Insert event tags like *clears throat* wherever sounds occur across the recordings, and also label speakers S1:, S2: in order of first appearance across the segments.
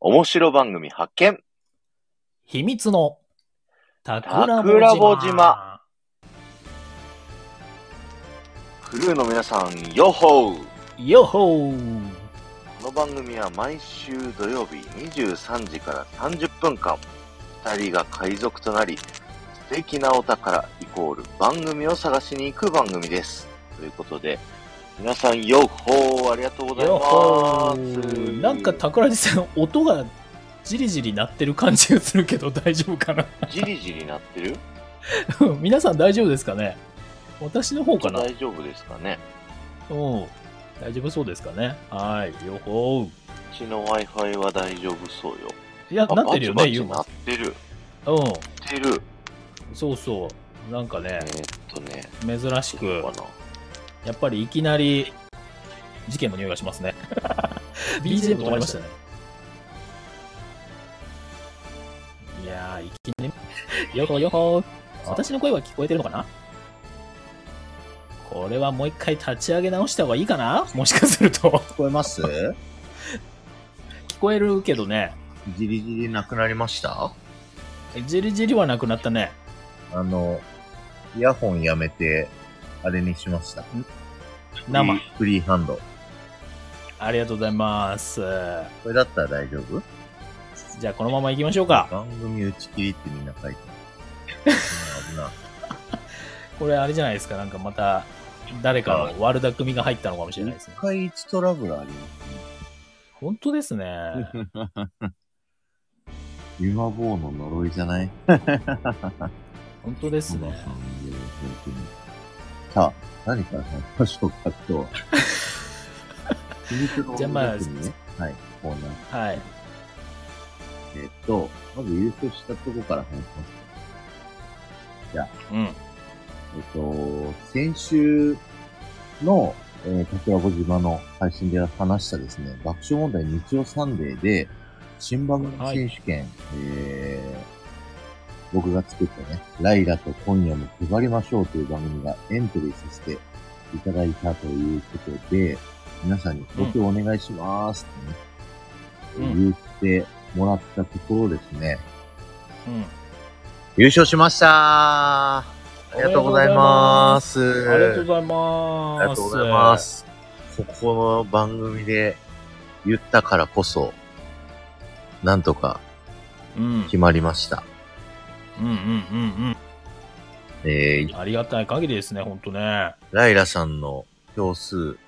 S1: 面白番組発見
S2: 秘密の
S1: 桜
S2: 桜
S1: ぼ島
S2: ぼ島。
S1: クルーの皆さん、ヨッホー
S2: よっほー
S1: この番組は毎週土曜日23時から30分間、二人が海賊となり、素敵なお宝イコール番組を探しに行く番組です。ということで、皆さん、ヨッホーありがとうござい
S2: よっほ
S1: ます。
S2: ーなんか桜地さん、音がじりじり鳴ってる感じがするけど大丈夫かな *laughs*
S1: じりじりなってる
S2: 皆さん大丈夫ですかね私の方かな
S1: 大丈夫ですかね
S2: うん大丈夫そうですかねはい、よっほー
S1: うちの Wi-Fi は大丈夫そうよ。
S2: いや、
S1: あ
S2: なってるよね、
S1: バチ
S2: ゆう
S1: バチな
S2: ま
S1: っ。てる。
S2: う
S1: 鳴ってる。
S2: ん、そうそう。なんかね
S1: え、ー、っとね、
S2: 珍しく、
S1: どうかな
S2: やっぱりいきなり、事件の匂いがします *laughs* ね。BGM 止まりましたね。いやー、いきなり、よほよほ私の声は聞こえてるのかなこれはもう一回立ち上げ直した方がいいかなもしかすると。
S3: 聞こえます
S2: 聞こえるけどね、
S3: じりじりなくなりました
S2: じりじりはなくなったね。
S3: あの、イヤホンやめて、あれにしました。
S2: 生
S3: フリ。ーフリーハンド。
S2: ありがとうございます。
S3: これだったら大丈夫
S2: じゃあこのまま行きましょうか。
S3: 番組打ち切りってみんな書い
S2: *laughs*
S3: てある。危な
S2: これあれじゃないですか、なんかまた、誰かの悪巧みが入ったのかもし
S3: い
S2: れ
S3: 危な
S2: な
S3: いい。
S2: ですね
S3: 一。回一トラブルあり
S2: 本当で
S3: *laughs*
S2: すね。
S3: ますね。今棒の呪いじゃない
S2: 本当です
S3: 野
S2: ね
S3: 田。さんで本当にさあ、何から話しましょうか、今日
S2: *laughs*
S3: は。秘密の
S2: じゃあまあ
S3: 音楽にね、はい、コーナー。
S2: はい。
S3: えーっと、まず優勝したとこから話します。
S2: うん。
S3: えっと、先週の、えー、桜子島の配信で話したですね、爆笑問題日曜サンデーで、新番組選手権、えー、僕が作ったね、ライラと今夜も配りましょうという番組がエントリーさせていただいたということで、皆さんに投票お願いしますってね、
S2: う
S3: 言ってもらったところですね、
S2: うん。
S3: 優勝しましたありがとうございます。
S2: ありがとうございます。
S3: ありがとうございま。す。ここの番組で言ったからこそ、なんとか
S2: うん。うん
S3: 決まりました。
S2: うんうん
S3: え
S2: うん。
S3: ー、
S2: ありがたい限りですね、本当ね。
S3: ライラさんの票数、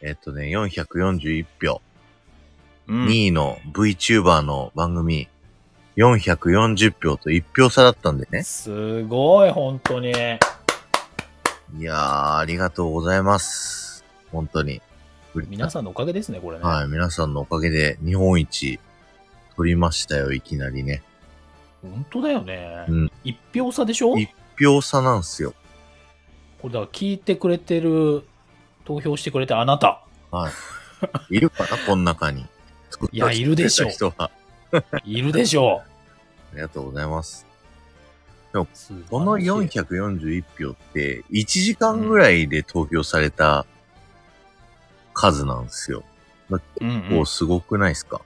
S3: えっとね、441票。
S2: うん。
S3: 2位の VTuber の番組、440票と1票差だったんでね。
S2: すごい、本当に。
S3: いやー、ありがとうございます。本当に。
S2: 皆さんのおかげですね、これね。
S3: はい、皆さんのおかげで日本一取りましたよ、いきなりね。
S2: 本当だよね
S3: うん。
S2: 一票差でしょ
S3: 一票差なんすよ。
S2: これだから聞いてくれてる、投票してくれてあなた。
S3: いるかな、この中に。作った
S2: いやいるでしょう
S3: 人は。あ
S2: いるでしょ
S3: りがとうございます。
S2: う。素晴らしい
S3: *laughs* この441票って、1時間ぐらいで投票された数なんですよ。
S2: うんうん
S3: おうすごくないですか、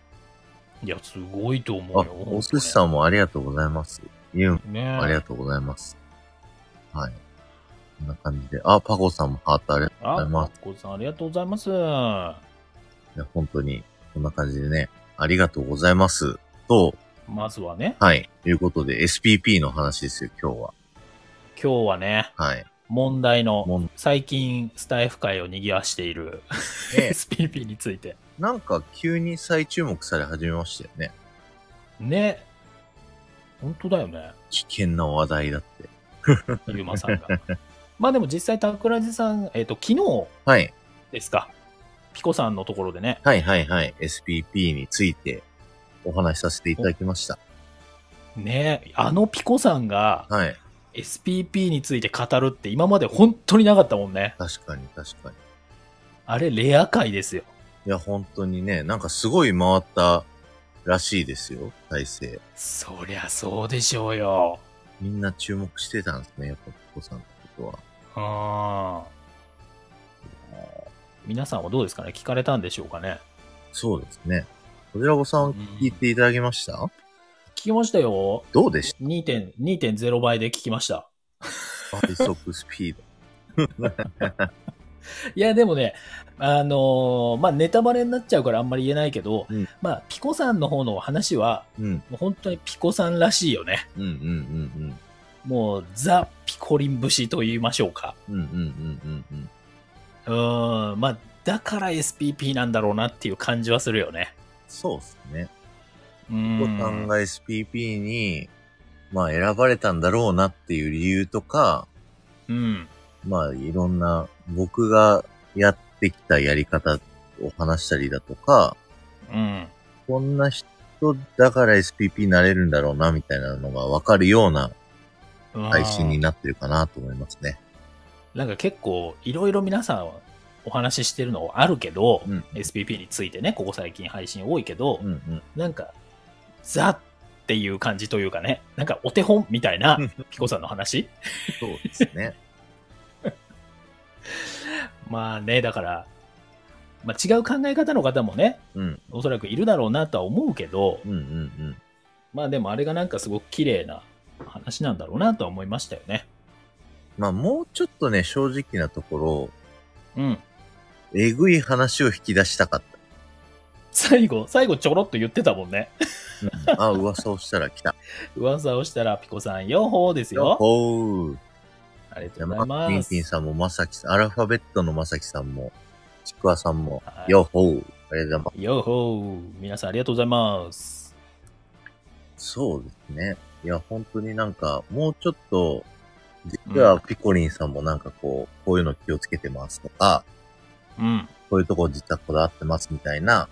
S2: いや、すごいと思
S3: あ
S2: うよ。、
S3: お寿司さんもありがとうございます。ユン、
S2: ん。ね
S3: ありがとうございます。はい。こんな感じで。あ、パコさんもハートありがとうございま
S2: あ、
S3: す。
S2: マッコさん、ありがとうございます。ま
S3: いや、本当に、こんな感じでね、ありがとうございます。と、
S2: ずはね、
S3: はい。ということで、SPP の話ですよ、今日は。
S2: 今日はね、
S3: はい。
S2: 問題の、
S3: もん
S2: 最近、スタイフ界を賑わしている SPP について。
S3: なんか急に再注目され始めましたよね。
S2: ね。本当だよね、
S3: 危険な話題だって。
S2: ゆうまさんが。まあでも実際、桜地さん、えっ、と、昨日
S3: はい。
S2: ですか、ピコさんのところでね、
S3: はいはいはい。SPP についてお話しさせていただきました。
S2: ね、あのピコさんが
S3: はい。
S2: SPP について語るって今まで本当になかったもんね。
S3: 確かに確かに。
S2: あれ、レア回ですよ。
S3: いや、本当にね、なんかすごい回ったらしいですよ、体制。
S2: そりゃそうでしょうよ。
S3: みんな注目してたんですね、やっぱ、お子さんのことは。
S2: うん。皆さんはどうですかね聞かれたんでしょうかね
S3: そうですね。こちらごさん聞いていただきました
S2: 聞きましたよ。
S3: どうでし
S2: 2点2.0倍で聞きました。
S3: た倍速スピード。
S2: いや、でもね、あのーまあ、ネタバレになっちゃうからあんまり言えないけど、
S3: うん
S2: まあ、ピコさんの方の話は、
S3: うん、
S2: もう本当にピコさんらしいよね。
S3: うん、うん、
S2: もう、ザ・ピコリン節と言いましょうか。
S3: うん、うん、うん、うん、うん、うん。
S2: うーん、まあ、だから SPP なんだろうなっていう感じはするよね。
S3: そうですね。
S2: う
S3: ボタン
S2: ん。
S3: が SPP に、まあ選ばれたんだろうなっていう理由とか、
S2: うん。
S3: まあいろんな僕がやってきたやり方を話したりだとか、
S2: うん。
S3: こんな人だから SPP になれるんだろうなみたいなのがわかるような
S2: うん
S3: 配信になってるかなと思いますね。
S2: なんか結構、いろいろ皆さんお話ししてるのあるけど、
S3: うん。
S2: SPP についてね、ここ最近配信多いけど、
S3: うんうん。
S2: なんか、ザっていう感じというかね、なんかお手本みたいな、ピコさんの話。
S3: そうですね。
S2: まあね、だから、まあ、違う考え方の方もね、
S3: うん。
S2: おそらくいるだろうなとは思うけど、
S3: うんうんうん。
S2: まあでもあれがなんかすごく綺麗な話なんだろうなとは思いましたよね。
S3: まあもうちょっとね、正直なところ、
S2: うん。
S3: えぐい話を引き出したかっ
S2: 最後、最後ちょろっと言ってたもんね。 *laughs*
S3: た。うん、あ、噂をしたら来た。
S2: 噂をしたらピコさん、よほーですよ。
S3: ほう。
S2: ありがとうござい
S3: 山
S2: ま
S3: ピン
S2: す
S3: ピン。さんも、まさきさん、アルファベットのまさきさんも、ちくわさんも
S2: は、い
S3: よっほう。ありがとうございま
S2: よほー。皆さんありがとうございます。
S3: す。そうですね。いや、本当になんか、もうちょっと、実はピコリンさんもなんかこう、こういうの気をつけてますとか、
S2: うん。
S3: こういうとこ実はこだわってますみたいな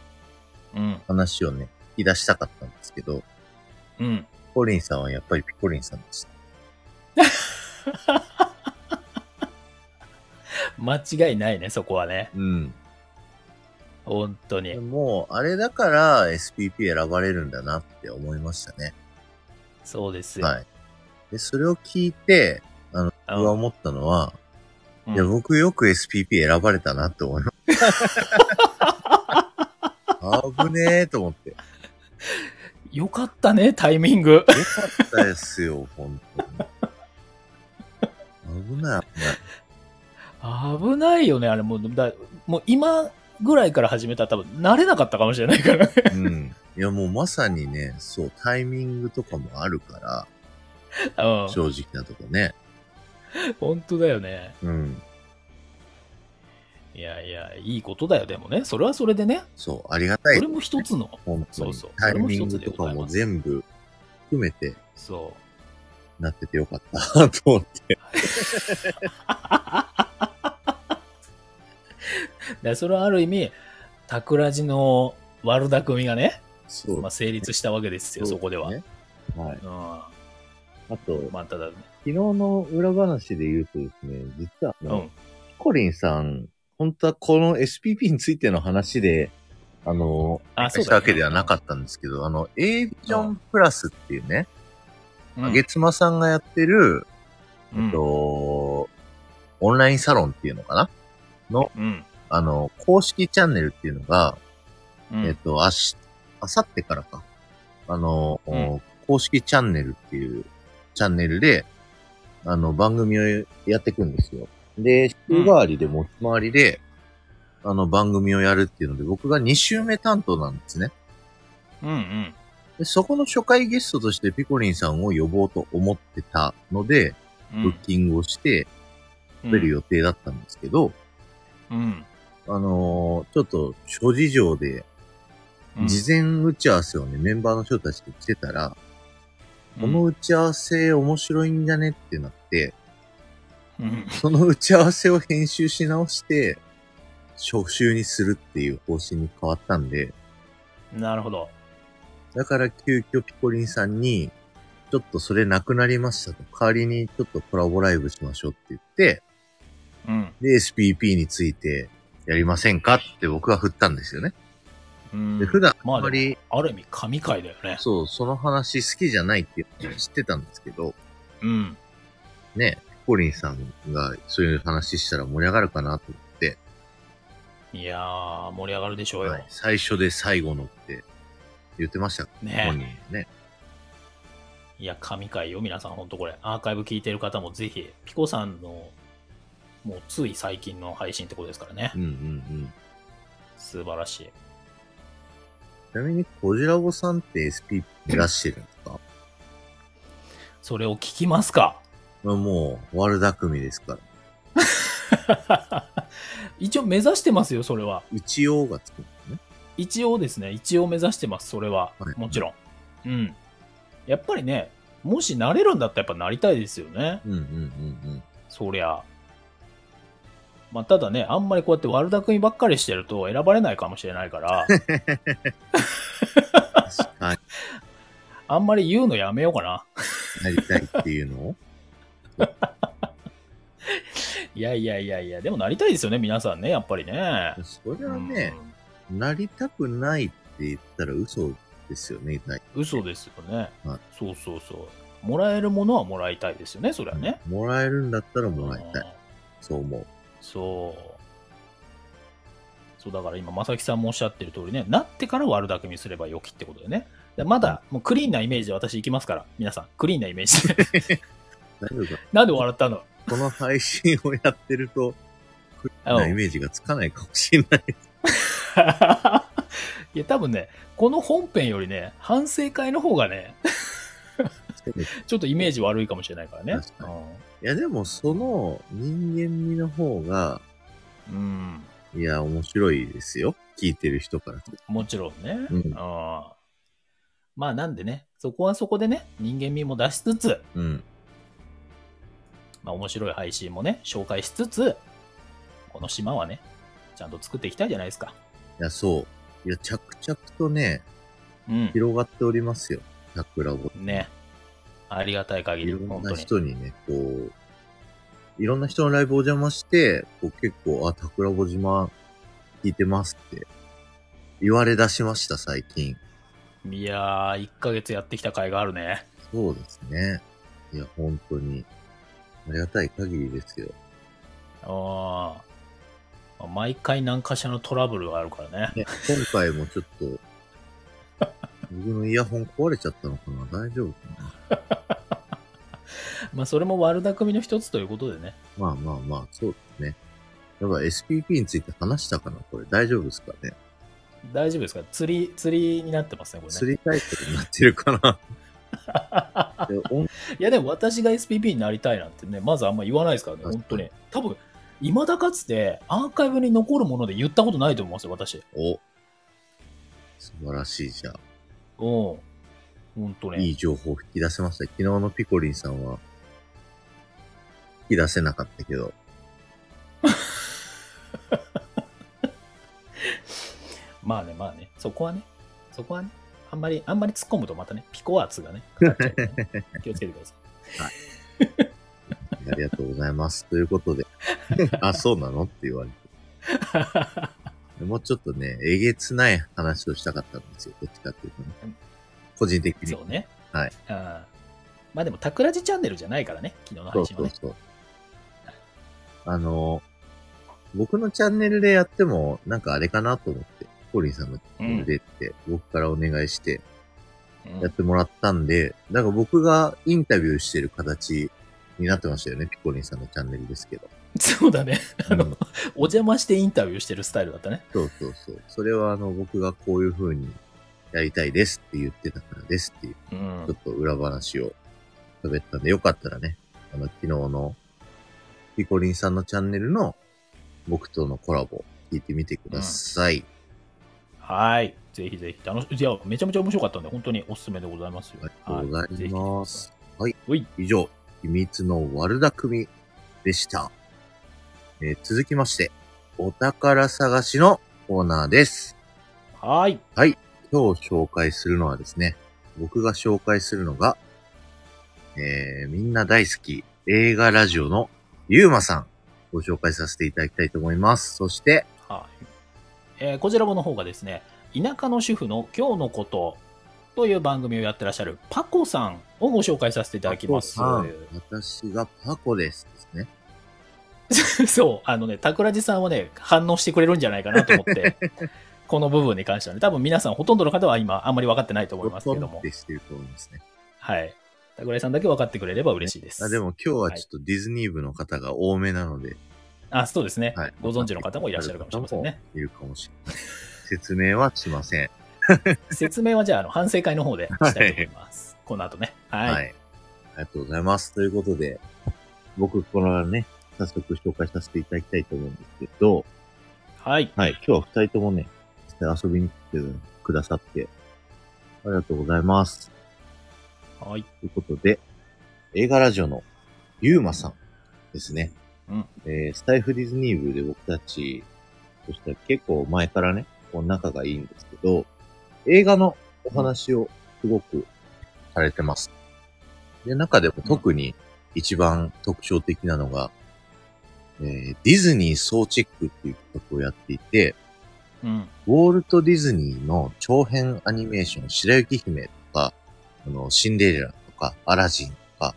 S2: うん。
S3: 話をね、引き出したかったんですけど、ピ
S2: うん。
S3: コリンさんはやっぱりピコリンさんでした。
S2: 間違いないね、そこはね。
S3: うん。
S2: 本当
S3: で
S2: に。
S3: も、あれだから SPP 選ばれるんだなって思いましたね。
S2: そうですよ。
S3: はい。で、それを聞いて、
S2: うん
S3: 僕が思ったのは、
S2: うん
S3: いや、僕よく SPP 選ばれたなって思い
S2: *laughs*
S3: ます。危ねえと思って。よ
S2: よかったね、タイミング。
S3: かったですよ、本当に。危ない、危ない。
S2: 危ないよね、あれ。もう、だもう今ぐらいから始めたら多分慣れなかったかもしれないからね。
S3: う
S2: *laughs*
S3: ん。いや、もうまさにね、そう、タイミングとかもあるか
S2: う
S3: ら、正直なとこね。
S2: ん。本当だよね。
S3: うん。
S2: いやいや、いいことだよ、でもね。それはそれでね。
S3: そう、ありがたい
S2: それ。も一つの。
S3: 本当
S2: そう
S3: に
S2: そう。
S3: タイミングとかも全部含めて
S2: そ
S3: なっててよかったなと思って。
S2: う。だからそれはある意味、桜地の悪巧みがね、
S3: そう
S2: まあ、成立したわけですよ、そこでは。
S3: ねはい。
S2: うん。ま
S3: あと、
S2: あ、ただ、ね、
S3: 昨日の裏話で言うとですね、実はあ
S2: う
S3: の、
S2: ん。
S3: ピコリンさん、本当はこの SPP についての話で、あの、
S2: あそうだね
S3: したわけではなかったんですけど、あの、エイビジョンプラスっていうね、
S2: うん
S3: 月間さんがやってる、
S2: うん
S3: と、オンラインサロンっていうのかな
S2: うん。
S3: あの、公式チャンネルっていうのが、
S2: うん
S3: えっと、明日、明後日からか。あの、
S2: うん
S3: 公式チャンネルっていうチャンネルで、あの、番組をやっていくんですよ。で、週替わりで持ち回りで、あの、番組をやるっていうので、僕が2週目担当なんですね。
S2: うんうん。
S3: でそこの初回ゲストとしてピコリンさんを呼ぼうと思ってたので、
S2: う
S3: ブッキングをして出る予定だったんですけど、
S2: うん。
S3: あのーちょっと諸事情で、
S2: うん
S3: 事前打ち合わせをね、メンバーの人たちとしてたら、この打ち合わせ面白いんじゃねってなって、
S2: うん
S3: その打ち合わせを編集し直して、初週にするっていう方針に変わったんで、
S2: なるほど。
S3: だから急遽ピコリンさんに、ちょっとそれなくなりましたと、代わりにちょっとコラボライブしましょうって言って、
S2: うん。
S3: で、SPP についてやりませんかって僕は振ったんですよね。
S2: うん
S3: で普段あん
S2: ま
S3: ま
S2: あで
S3: り
S2: も、ある意味、神回だよね。
S3: そう、その話好きじゃないっていうのは知ってたんですけど、
S2: うん。
S3: ね、ピコリンさんがそういう話したら盛り上がるかなと思って、
S2: いやー、盛り上がるでしょうよ。
S3: はい、最初で最後のって言ってました。本
S2: ね
S3: 人ね。
S2: いや、神回よ、皆さん、ほんとこれ、アーカイブ聞いてる方もぜひ、ピコさんの、もうつい最近の配信ってことですからね
S3: う。んうんうん。
S2: 素晴らしい。
S3: ちなみに、コジラボさんって SP いらっしゃるんですか
S2: それを聞きますか *laughs*
S3: まあもう、悪巧みですから。
S2: 一応目指してますよ、それは。
S3: 一応がつくんですね。
S2: 一応ですね、一応目指してます、それは
S3: はい。
S2: もちろん。うん。やっぱりね、もしなれるんだったらやっぱなりたいですよね。
S3: うんうんうんうん。
S2: そりゃ。まあ、ただね、あんまりこうやって悪巧みばっかりしてると選ばれないかもしれな
S3: *laughs*
S2: いから、
S3: 確かに
S2: あんまり言うのやめようかな。
S3: なりたいっていうのを。
S2: いやいやいやいや、でもなりたいですよね、皆さんね、やっぱりね。
S3: それはね、なりたくないって言ったら嘘ですよね、大体
S2: うん嘘ですよね、
S3: はい
S2: そうそうそう。もらえるものはもらいたいですよね、そりゃね。
S3: もらえるんだったらもらいた
S2: うん
S3: い。そう思う。
S2: そう。そう、だから今、正木さんもおっしゃってる通りね、なってから悪巧みすれば良きってことでね。でまだ、もうクリーンなイメージで私行きますから、皆さん、クリーンなイメ
S3: *laughs*
S2: ージで。
S3: 大丈夫か
S2: なんで笑ったの
S3: この配信をやってると、クリーン
S2: う
S3: なんイメージがつかないかもしれない。
S2: *laughs* いや、多分ね、この本編よりね、反省会の方がね、ちょっとイメージ悪いかもしれないからね。
S3: 確かいや、でもその人間味の方が、
S2: うん、うん
S3: いや、面白いですよ。聞いてる人からすると。
S2: もちろんね。
S3: うん
S2: うんまあ、なんでね、そこはそこでね、人間味も出しつつ、
S3: うん。
S2: まあ、面白い配信もね、紹介しつつ、この島はね、ちゃんと作っていきたいじゃないですか。
S3: いや、そう。いや、着々とね、
S2: うん。
S3: 広がっておりますよ。桜を。
S2: ね。ありがたい限
S3: い
S2: り、
S3: ろ
S2: 本
S3: ん
S2: 当
S3: な
S2: に。
S3: 人にね、こう、いろんな人のライブお邪魔して、こう結構、あ、桜穂島聞いてますって言われ出しました、最近。
S2: いやー、1ヶ月やってきた甲斐があるね。
S3: そうですね。いや、本当に。ありがたい限りですよ。
S2: ああ。毎回何かしらのトラブルがあるからね。
S3: ね、今回もちょっと、僕のイヤホン壊れちゃったのかな大丈夫かな
S2: まあ、それも悪巧みの一つということでね。
S3: まあまあまあ、そうですね。やっぱ SPP について話したかなこれ大丈夫ですかね
S2: 大丈夫ですか釣り、釣りになってますね、これね。
S3: 釣りタイトルになってるかなで音
S2: いやでも私が SPP になりたいなんてね、まずあんま言わないですからね、
S3: 確かに
S2: 本当に。多分、いまだかつてアーカイブに残るもので言ったことないと思うんですよ、私。
S3: お素晴らしいじゃん。
S2: うん。本当
S3: い
S2: に。
S3: い情報を引き出せました。昨日のピコリンさんは、引き出せなかったけど、
S2: まあね、まあね。そこはね、そこはね、あんまり、あんまり突っ込むとまたね、ピコ圧
S3: *laughs*
S2: がね、かかっちゃうからね気をつけてくださ
S3: ありがとうございます。ということで、あ、そうなのって言われて。もうちょっとね、えげつない話をしたかったんですよ。どっちかっていうとね
S2: うん。
S3: 個人的
S2: い。
S3: に。
S2: そうね。
S3: はい
S2: うん。まあでも、タクラジチャンネルじゃないからね、昨日
S3: そ
S2: の配
S3: う
S2: 信は
S3: そう
S2: ね。
S3: そう。あの、僕のチャンネルでやっても、なんかあれかなと思って、コリンさんのチャンネルでって、僕からお願いして
S2: うん
S3: やってもらったんで、なんか僕がインタビューしてる形になってましたよね、ピコリンさんのチャンネルですけど。
S2: そうだね。あ *laughs* の、
S3: うん
S2: お邪魔してインタビューしてるスタイルだったね。
S3: そうそうそう。それはあの、僕がこういう風にやりたいですって言ってたからですっていう、
S2: うん
S3: ちょっ。と裏話を喋ったんで、よかったらね、あの、昨日のピコリンさんのチャンネルの僕とのコラボ聞いてみてください。
S2: はい。ぜひぜひ。楽しいや、めちゃめちゃ面白かったんで、本当におすすめでございますよ。
S3: ありがとうござ
S2: はい
S3: ます。。はい。
S2: ほい
S3: 以上、秘密の悪巧みでした。えー続きまして、お宝探しのコーナーです。
S2: はい。
S3: 今日紹介するのはですね、僕が紹介するのが、えー、みんな大好き映画ラジオのゆうまさん、ご紹介させていただきたいと思います。そして、
S2: はい。えーこちらもの方がですね、田舎の主婦の今日のことという番組をやってらっしゃるパコさんをご紹介させていただきます。
S3: パコさん私がパコですですね。*laughs*
S2: *laughs* そう、あのね、桜地さんはね、反応してくれるんじゃないかなと思って、この部分に関してはね、多分皆さんほとんどの方は今あんまり分かってないと思いますけども
S3: っ。てしてると思いますね。
S2: はい。桜井さんだけ分かってくれれば嬉しいです。
S3: あでも今日はちょっとディズニー部の方が多めなので、
S2: あ、そうですね。
S3: はい
S2: ご存知の方もいらっしゃるかもしれませんね。
S3: いるかもしれない。説明はしません。 *laughs*
S2: 説明はじゃあ、あの、反省会の方でしたいと思います。この後ね。 *laughs* はい。
S3: はい。ありがとうございます。ということで、僕、このね、早速紹介させていただきたいと思うんですけど、
S2: はい。
S3: はい。今日は二人ともね、実際遊びに来てくださって、ありがとうございます。
S2: はい。
S3: ということで、映画ラジオのゆうまさんですね。
S2: うん
S3: えースタイフディズニー部で僕たち、そして結構前からね、こう仲がいいんですけど、映画のお話をすごくされてます。で、中でも特に一番特徴的なのが、えーディズニー総チェックっていう企画をやっていて、
S2: うん。
S3: ウォルト・ディズニーの長編アニメーション、白雪姫とか、あの、シンデレラとか、アラジンとか、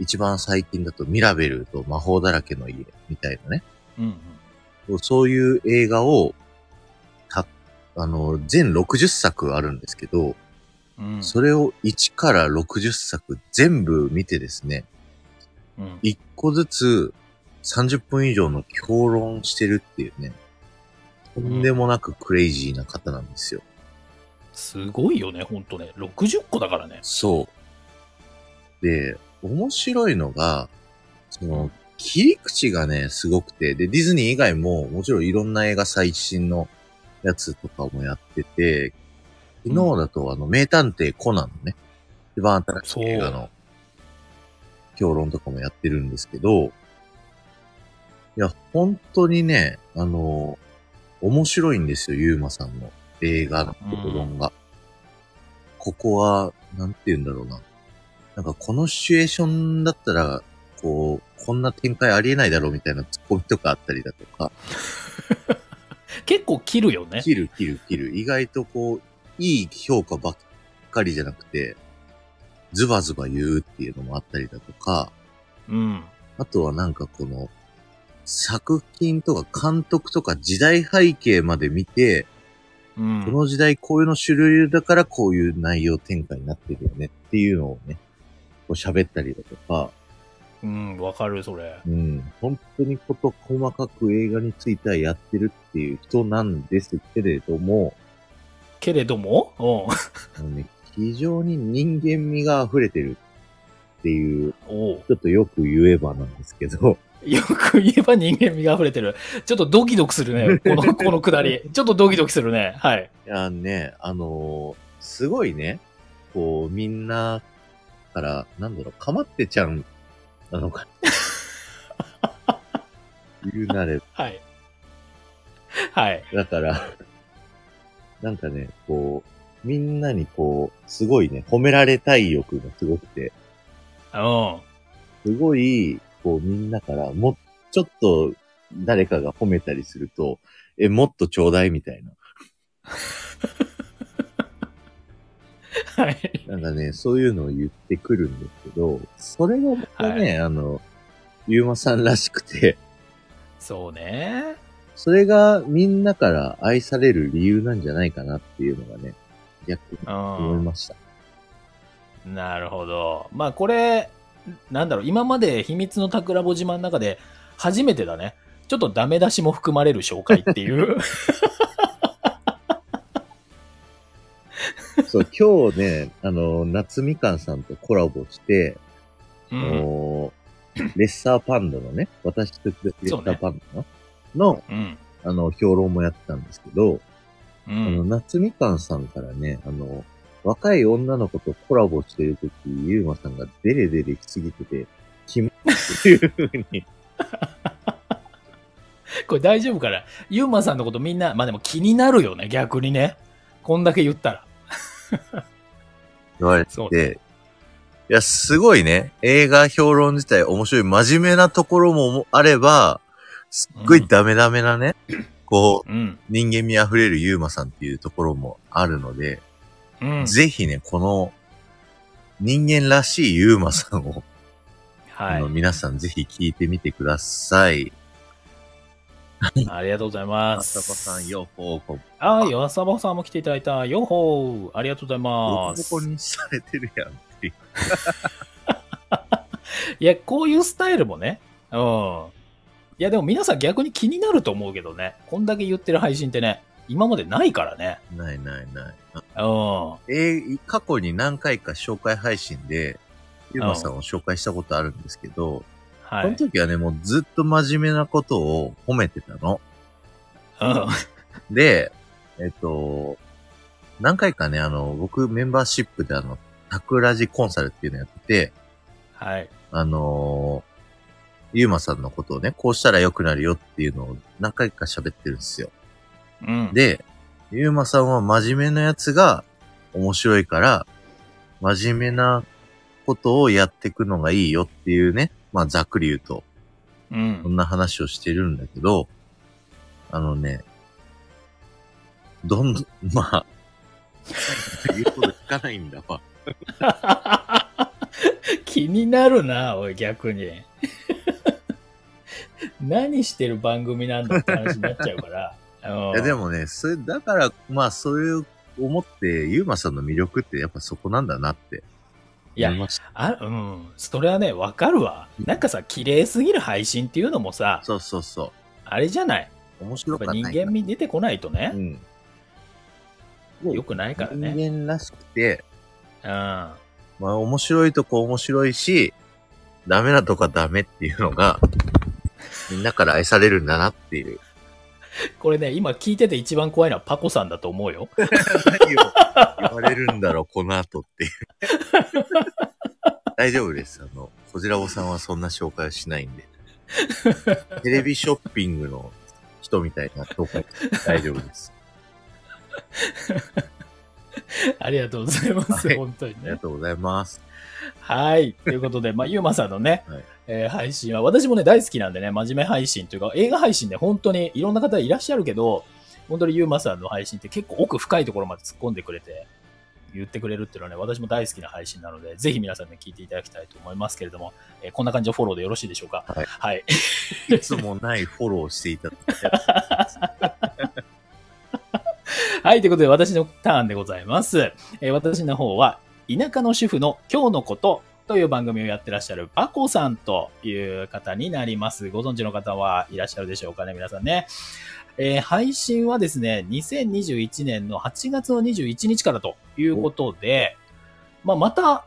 S3: 一番最近だとミラベルと魔法だらけの家みたいなね、
S2: うんうん。
S3: そういう映画を、た、あの、全60作あるんですけど、
S2: うん。
S3: それを1から60作全部見てですね、
S2: うん
S3: 1個ずつ30分以上の評論してるっていうね、とんでもなくクレイジーな方なんですよ。
S2: すごいよね、ほんとね。60個だからね。
S3: そう。で、面白いのが、その、切り口がね、すごくて、で、ディズニー以外も、もちろんいろんな映画最新のやつとかもやってて、昨日だと、あの、名探偵コナンのね、一番新しい映画
S2: そ
S3: の評論とかもやってるんですけど、いや、本当にね、あの、面白いんですよ、ゆうまさんの映画の評論が。ここは、なんて言うんだろうな。なんかこのシチュエーションだったら、こう、こんな展開ありえないだろうみたいなツッコミとかあったりだとか、
S2: 結構切るよね。
S3: 切る切る切る、意外とこう、いい評価ばっかりじゃなくて、ズバズバ言うっていうのもあったりだとか、
S2: うん。
S3: あとはなんかこの、作品とか監督とか時代背景まで見て、
S2: う
S3: こ
S2: ん。
S3: の時代こういうの主流だからこういう内容展開になってるよねっていうのをね、こう喋ったりだとか、
S2: うん、わかる、それ。
S3: うん、本当にこと細かく映画についてはやってるっていう人なんですけれども、
S2: けれども、うん。
S3: あのね、非常に人間味が溢れてるっていう、
S2: おう
S3: ちょっとよく言えばなんですけど、
S2: よく言えば人間味が溢れてる。ちょっとドキドキするね。こ *laughs* の、このくだり。ちょっとドキドキするね。はい。
S3: いやね、あのーすごいね、こう、みんなから、なんだろう、かまってちゃんなのか。言うなれば
S2: はい。はい。
S3: だから、なんかね、こう、みんなにこう、すごいね、褒められたい欲がすごくて、
S2: うん。
S3: すごい、こうみんなから、もう、ちょっと誰かが褒めたりすると、え、もっとちょうだいみたいな。
S2: はい。
S3: なんかね、そういうのを言ってくるんですけど、それがまたね、
S2: は
S3: あの、ゆうまさんらしくて、
S2: そうね。
S3: それがみんなから愛される理由なんじゃないかなっていうのがね、逆に
S2: う
S3: 思い
S2: ん。
S3: ました。
S2: なるほど。まあこれ、なんだろう、今まで秘密の桜ぼ島の中で初めてだね。ちょっとダメ出しも含まれる紹介っ
S3: *laughs*
S2: ていう。
S3: そう、今日ね、あの、夏みかんさんとコラボして、
S2: うん。
S3: おーレッサーパンダのね、私とレッサーパンダの、の、
S2: うん。
S3: あの、評論もやってたんですけど、
S2: う
S3: あの、
S2: ん。
S3: 夏みかんさんからね、あの、若い女の子とコラボしてるとき、ゆうまさんがデレデレしすぎてて、キモっていうふうに、
S2: これ大丈夫かなユーマさんのことみんな、まあでも気になるよね、逆にね。こんだけ言ったら。
S3: 言われ
S2: そう
S3: て、いや、すごいね。映画評論自体面白い。真面目なところもあれば、すっごいダメダメなね、こう、
S2: うん。
S3: 人間味あふれるゆうまさんっていうところもあるので、
S2: うん。
S3: ぜひね、この人間らしいゆうまさんを、
S2: は
S3: あの
S2: い。
S3: 皆さんぜひ聞いてみてください。
S2: ありがとうございます。
S3: 浅さん、ようこう、
S2: あー、よさばさんも来ていただいた。よっほー。ありがとうござい
S3: ボ
S2: ま
S3: コ
S2: す
S3: ボコ。にされてるやんっていう。
S2: いや、こういうスタイルもね。うん。いや、でも皆さん逆に気になると思うけどね。こんだけ言ってる配信ってね、今までないからね。
S3: ないないない。あ
S2: うん。
S3: えー過去に何回か紹介配信で、ゆうまさんを紹介したことあるんですけど、
S2: は
S3: そ
S2: い
S3: の。時はね、もうずっと真面目なことを褒めてたの。
S2: うん
S3: で、えっと、何回かね、あの、僕メンバーシップであの、タクラジコンサルっていうのやってて、
S2: はい。
S3: あのーゆうまさんのことをね、こうしたら良くなるよっていうのを何回か喋ってるんですよ。
S2: うん。
S3: で、ゆうまさんは真面目なやつが面白いから、真面目なことをやっていくのがいいよっていうね、まあざっくり言うと、
S2: う
S3: そ
S2: ん。
S3: んな話をしてるんだけど、あのね、どんどん、 *laughs* まあ、言うこと聞かないんだ
S2: *laughs*
S3: わ。
S2: 気になるな、おい、逆に。 *laughs* 何してる番組なんだって話になっちゃうから。うん
S3: いやでもね、それ、だから、まあそういう思って、ゆうまさんの魅力ってやっぱそこなんだなって。
S2: いや
S3: 思ました
S2: あ、うん。それはね、わかるわ。なんかさ、綺麗すぎる配信っていうのもさ、
S3: そうそうそ
S2: あれじゃない。
S3: う。面
S2: やっ
S3: 白か
S2: ぱ
S3: った。
S2: 人間味出てこないとね
S3: う、ん。
S2: よくないからね。
S3: 人間らしくて、
S2: うん。
S3: まあ面白いとこ面白いし、ダメなとこはダメっていうのが、みんなから愛されるんだなっていう。
S2: これね、今聞いてて一番怖いのはパコさんだと思うよ。 *laughs*
S3: 何を言われるんだろう、この後っていう。大丈夫です。あの、こじらぼさんはそんな紹介をしないんで。テレビショッピングの人みたいな紹介、大丈夫です。
S2: ありがとうございます、
S3: はい
S2: 本当に
S3: ありが
S2: ね。
S3: とうございます。
S2: はい。ということで、まあ、ゆうまさんのね、
S3: *laughs* はい
S2: えー配信は、私もね、大好きなんでね、真面目配信というか、映画配信で本当にいろんな方いらっしゃるけど、本当にゆうまさんの配信って結構奥深いところまで突っ込んでくれて、言ってくれるっていうのはね、私も大好きな配信なので、ぜひ皆さんね、聞いていただきたいと思いますけれども、えーこんな感じのフォローでよろしいでしょうか。
S3: はい
S2: はい。
S3: いつもないフォローをしていただいてありがとうございます。
S2: *laughs* はい、ということで私のターンでございます。えー私の方は、田舎の主婦の今日のことという番組をやってらっしゃるパコさんという方になります。ご存知の方はいらっしゃるでしょうかね、皆さんね。えー配信はですね、2021年の8月の21日からということで、まあ、また、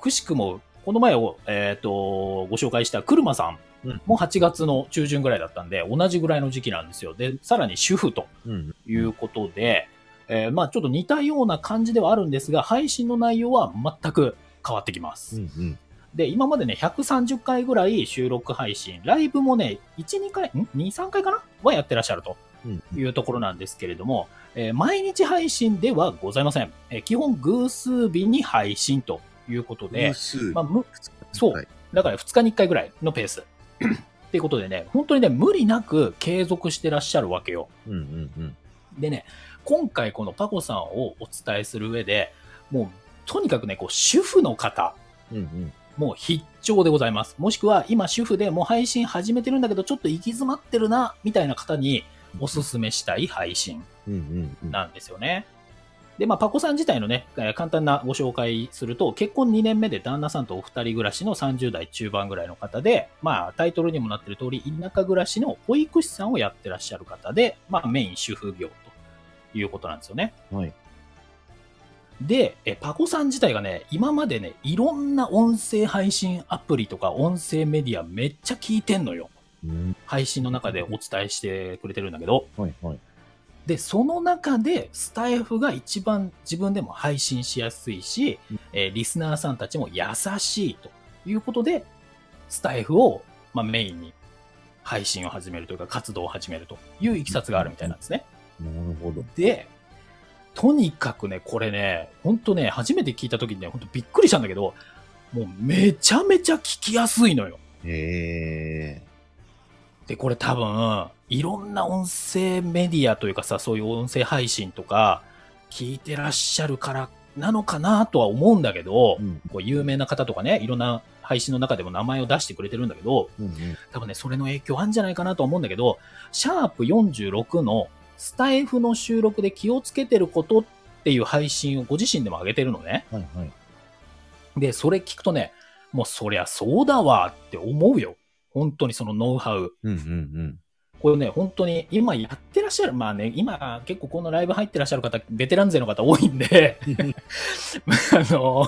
S2: くしくも、この前を、えっ、と、ご紹介した車さんも8月の中旬ぐらいだったんで、同じぐらいの時期なんですよ。で、さらに主婦と
S3: うん。
S2: ということで、えーまあちょっと似たような感じではあるんですが、配信の内容は全く変わってきます。
S3: うんうん。
S2: で、今までね、130回ぐらい収録配信、ライブもね、1、2回、ん ?2、3回かなはやってらっしゃると
S3: うんうん
S2: いうところなんですけれども、えー毎日配信ではございません。えー基本偶数日に配信ということで
S3: 偶、数
S2: まあ、むそう
S3: はい。
S2: だから2日に1回ぐらいのペース。 *clears throat* っていうことでね、本当にね、無理なく継続してらっしゃるわけよ。
S3: うんうんうん。
S2: でね、今回このパコさんをお伝えする上で、もうとにかくね、こう主婦の方、
S3: うんうん。
S2: もう必聴でございます。もしくは今主婦でもう配信始めてるんだけど、ちょっと行き詰まってるな、みたいな方におすすめしたい配信
S3: うんうんうん。
S2: なんですよね。で、まあ、パコさん自体のね、えー簡単なご紹介すると、結婚2年目で旦那さんとお二人暮らしの30代中盤ぐらいの方で、まあ、タイトルにもなってる通り、田舎暮らしの保育士さんをやってらっしゃる方で、まあ、メイン主婦業ということなんですよね。
S3: はい。
S2: で、えパコさん自体がね、今までね、いろんな音声配信アプリとか音声メディアめっちゃ聞いてんのよ。
S3: うん。
S2: 配信の中でお伝えしてくれてるんだけど。
S3: はいはい。
S2: で、その中でスタイフが一番自分でも配信しやすいし
S3: うん、
S2: えーリスナーさんたちも優しいということで、スタイフを、まあ、メインに配信を始めるというか活動を始めるといういきさつがあるみたいなんですね。
S3: なるほど。
S2: で、とにかくね、これね、ほんとね、初めて聞いた時にね、ほんとびっくりしたんだけど、もうめちゃめちゃ聞きやすいのよ。
S3: へえ。
S2: で、これ多分、いろんな音声メディアというかさ、そういう音声配信とか、聞いてらっしゃるからなのかなとは思うんだけど、
S3: うん。
S2: こう有名な方とかね、いろんな配信の中でも名前を出してくれてるんだけど、
S3: うんうん。
S2: 多分ね、それの影響あるんじゃないかなと思うんだけど、シャープ46のスタイフの収録で気をつけてることっていう配信をご自身でも上げてるのね。
S3: はいはい。
S2: で、それ聞くとね、もうそりゃそうだわって思うよ。本当にそのノウハウ。
S3: うんうん
S2: これね、本当に今やってらっしゃる、まあね、今結構このライブ入ってらっしゃる方、ベテラン勢の方多いんで、 *laughs* あの、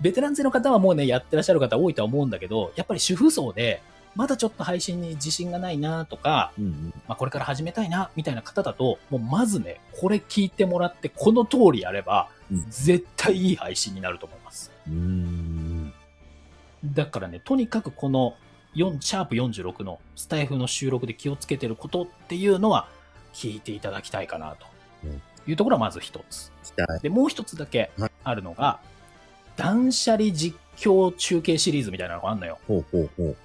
S2: ベテラン勢の方はもうね、やってらっしゃる方多いとは思うんだけど、やっぱり主婦層で、まだちょっと配信に自信がないなとか、
S3: うん。うんうん。
S2: まあ、これから始めたいな、みたいな方だと、もうまずね、これ聞いてもらって、この通りやれば
S3: うん、
S2: 絶対いい配信になると思います。
S3: うーん。
S2: だからね、とにかくこの4、シャープ46のスタイフの収録で気をつけてることっていうのは聞いていただきたいかな
S3: うん
S2: というところはまず一つ。
S3: 期待。
S2: で、もう一つだけ
S3: はい
S2: あるのが、断捨離実況中継シリーズみたいなのがあるのよ。
S3: ほうほうほう。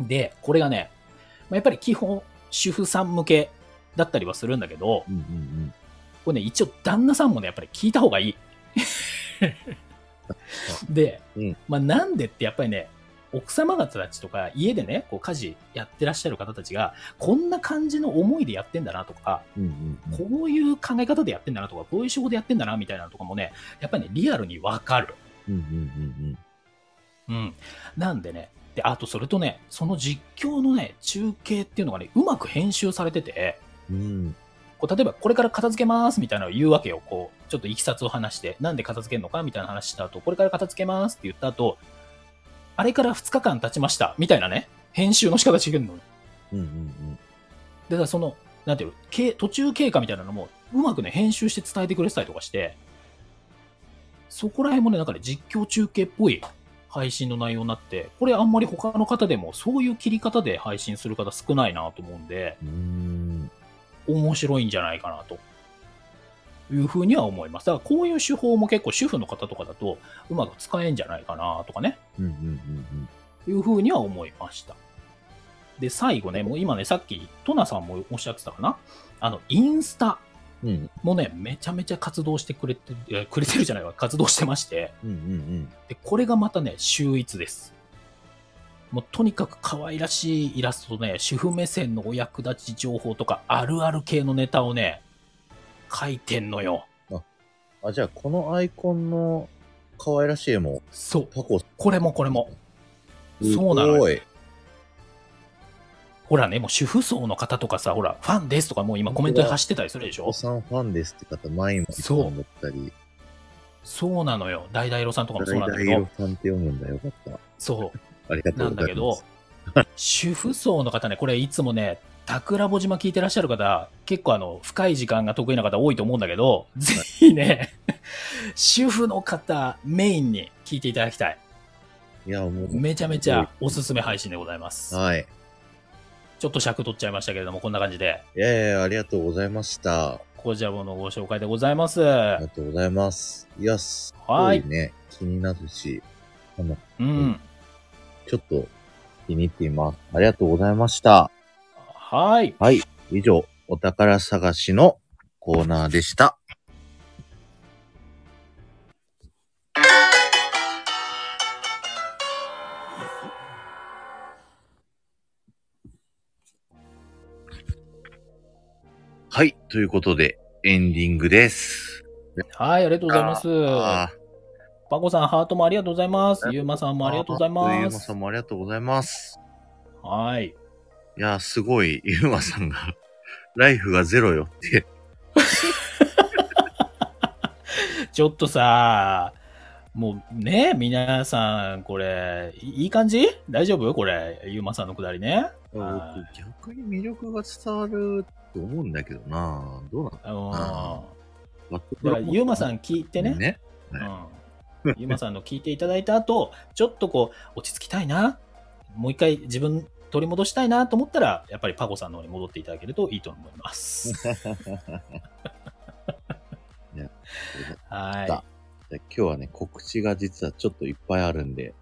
S2: で、これがね、まあやっぱり基本主婦さん向けだったりはするんだけど、
S3: うんうんうん。
S2: これね、一応旦那さんもね、やっぱり聞いた方が
S3: *laughs*
S2: いい。で、
S3: うん
S2: まあなんでってやっぱりね、奥様方たちとか家でね、こう家事やってらっしゃる方たちが、こんな感じの思いでやってんだなとか、
S3: うんうんうん。
S2: こういう考え方でやってんだなとか、こういう仕事でやってんだなみたいなのとかもね、やっぱりね、リアルにわかる。
S3: うんうん
S2: うん。なんでね、で、あとそれとね、その実況のね、中継っていうのがね、うまく編集されてて、
S3: うんうん。うん。
S2: こう例えばこれから片付けますみたいなのを言うわけよ。こう、ちょっといきさつを話して、なんで片付けるのかみたいな話した後、これから片付けますって言った後、あれから2日間経ちましたみたいなね、編集の仕方してくるの。で、
S3: うんうん
S2: だからその、なんていうの、け途中経過みたいなのも、うまくね、編集して伝えてくれてたりとかして、そこら辺もね、なんかね、実況中継っぽい配信の内容になって、これあんまり他の方でも、そういう切り方で配信する方少ないなと思うんで、
S3: うん。うーん。
S2: 面白いんじゃないかなと。いうふうには思います。だからこういう手法も結構主婦の方とかだとうまく使えんじゃないかなとかね、
S3: うんうんうん
S2: いうふうには思いました。で、最後ね、もう今ね、さっきトナさんもおっしゃってたかなあの、インスタ
S3: うん。うん
S2: もね、めちゃめちゃ活動してくれて、えくれてるじゃないわ、活動してまして、
S3: うんうん
S2: で、これがまたね、秀逸です。もうとにかく可愛らしいイラストとね、主婦目線のお役立ち情報とか、あるある系のネタをね、書いてんのよ。
S3: うん。あ、じゃあこのアイコンの可愛らしい絵も
S2: そう。
S3: タコ。
S2: これもこれも。そうなのよ
S3: すごい。
S2: ほらね、もう主婦層の方とかさ、ほら、ファンですとかもう今コメントで走ってたりするでし
S3: お
S2: ょ
S3: 子さんファンですって方、マイマイさんだったり、
S2: そうなのよ。大々郎さんとかもそ
S3: 大
S2: うなん
S3: 々
S2: だけ
S3: 色
S2: ど、
S3: さんって読むんだよかった。
S2: そう。
S3: ありがと
S2: な
S3: うんござ
S2: だけ
S3: いま
S2: ど
S3: す。、
S2: 主婦層の方ね、これいつもね、桜ぼ島聞いてらっしゃる方、結構あの、深い時間が得意な方多いと思うんだけど、ぜひね、主婦の方メインに聞いていただきたい。
S3: いや、もう。
S2: めちゃめちゃおすすめ配信でございます。
S3: はい。
S2: ちょっと尺取っちゃいましたけれども、こんな感じで、
S3: いやいや、ありがとうございました。あ
S2: こちらのご紹介でございます。
S3: りがとうございます。いや、すご
S2: はい
S3: いね。気になるし、
S2: うん。
S3: ちょっと気に入っています。ありがとうございました。
S2: はい。
S3: はい。以上、お宝探しのコーナーでした。はい。ということで、エンディングです。
S2: はい、ありがとうございます。
S3: あ
S2: パコさん、ハートもありがとうございます
S3: あ。り
S2: ゆうまさん
S3: ー
S2: もありがとうござい
S3: あゆう
S2: ま
S3: まさ
S2: す
S3: ん。もありがとうございます。
S2: はい。
S3: いやー、すごい、ゆうまさんが、ライフがゼロよって。
S2: ちょっとさ、もうね、皆さん、これ、いいい感じ大丈夫これ、ゆうまさんのくだりね。は
S3: 僕逆に魅力が伝わると思うんだけどなどうなの
S2: いうん
S3: あバック
S2: だ
S3: グ
S2: か
S3: ラ
S2: ら、
S3: ウンド
S2: ゆうまさん聞いてね。
S3: ね。
S2: うん、 *laughs* ゆうまさんの聞いていただいた後、ちょっとこう、落ち着きたいな。もう一回自分取り戻したいなと思ったら、やっぱりパコさんの方に戻っていただけるといいと思います。
S3: *laughs*
S2: はい。
S3: じゃあ今日はね、告知が実はちょっといっぱいあるんで、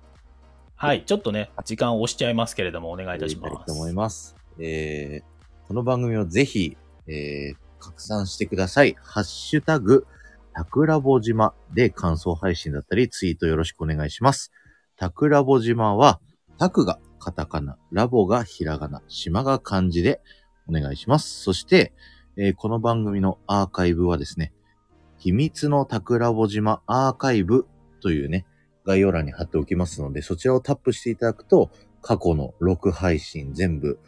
S2: はい、ちょっとね、時間を押しちゃいますけれども、お願いいたしま
S3: やりたい
S2: す。
S3: と思います。えー、この番組をぜひ、えー、拡散してください。ハッシュタグ、たくらぼ島で感想配信だったり、ツイートよろしくお願いします。桜ボ島は、タクがカタカナ、ラボがひらがな、島が漢字でお願いします。そして、えーこの番組のアーカイブはですね、秘密の桜ボ島アーカイブというね、概要欄に貼っておきますので、そちらをタップしていただくと、過去の6配信全部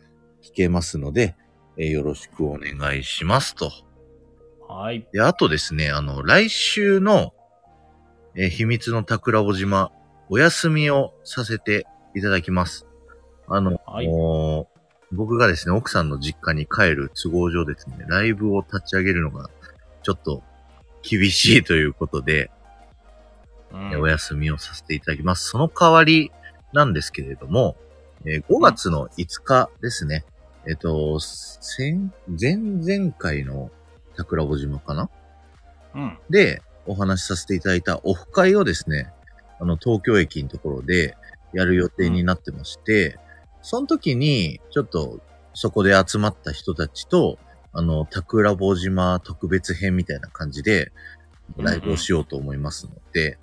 S3: 聞けますので、えーよろしくお願いしますと。
S2: はい。
S3: で、あとですね、あの、来週の、えー秘密の桜尾島、お休みをさせていただきます。あの、
S2: はい
S3: もう僕がですね、奥さんの実家に帰る都合上ですね、ライブを立ち上げるのが、ちょっと、厳しいということで、
S2: うん
S3: えーお休みをさせていただきます。その代わりなんですけれども、えー5月の5日ですね。えっ、と、先、前々回の桜尾島かな
S2: うん。
S3: で、お話しさせていただいたオフ会をですね、あの、東京駅のところでやる予定になってまして、その時に、ちょっと、そこで集まった人たちと、あの、桜坊島特別編みたいな感じで、ライブをしようと思いますので、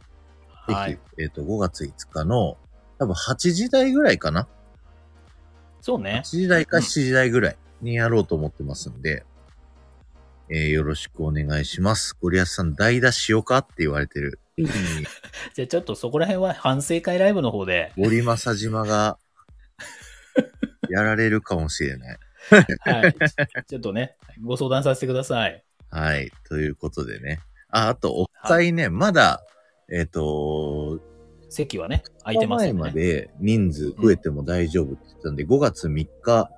S2: は
S3: ぜ
S2: い。
S3: ひ、えっ、と、5月5日の、多分8時台ぐらいかな
S2: そう
S3: 8
S2: ね。
S3: 時台か
S2: うん
S3: 7時台ぐらいにやろうと思ってますんで、えーよろしくお願いします。ゴリアスさん、代打しようかって言われてる。
S2: じゃあちょっとそこら辺は反省会ライブの方 *laughs* で、
S3: 森正島
S2: *laughs*
S3: が、やられるかもしれない。
S2: はい。ちょっとね、ご相談させてください。
S3: はい。ということでね。あ、あと、おっかいね、まだ、えっ、と、
S2: 席はね、空いてますよ
S3: 前ま
S2: ね。
S3: で人数増えても大丈夫って言ってたんで、5月3日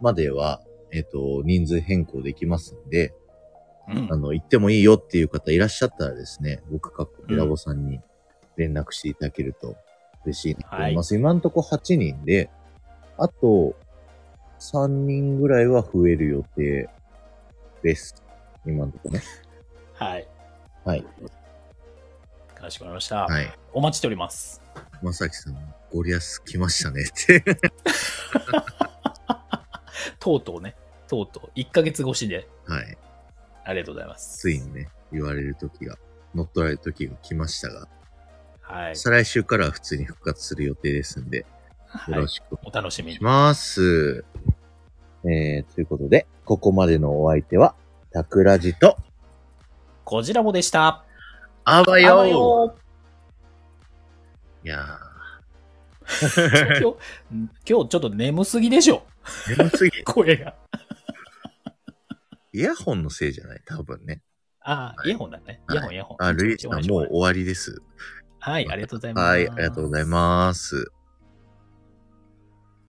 S3: までは、えっ、と、人数変更できますんで、
S2: うん
S3: あの、行ってもいいよっていう方いらっしゃったらですね、僕かっこラボさんに連絡していただけると嬉しいなと思います。今んとこ8人で、あと3人ぐらいは増える予定です。今んとこね。
S2: はい。
S3: はい。
S2: かしこまりました。
S3: はい。
S2: お待ちしております。
S3: まさきさん、ゴリアス来ましたねって。 *laughs*
S2: とうとうね、とうとう、1ヶ月越しで、
S3: はい。
S2: ありがとうございます。
S3: ついにね、言われる時が、乗っ取られる時が来ましたが、
S2: はい。
S3: 再来週からは普通に復活する予定ですんで、よ
S2: はい
S3: ろ。しく
S2: お楽しみに
S3: し。ます。えー、ということで、ここまでのお相手は、タクラジと、
S2: こじらぼでした。
S3: あば
S2: あば
S3: よ
S2: よ
S3: いや
S2: ー今日、 *laughs* 今日ちょっと眠すぎでしょ。
S3: ー、眠すぎ。 *laughs*
S2: 声が。
S3: イヤホンのせいじゃない多分ね。
S2: ああ、
S3: はい
S2: イヤホンだね。イヤホン、イヤホン。
S3: あ、ルイージさんもう終わりです。
S2: はい、ありがとうございます。
S3: はい、ありがとうございます。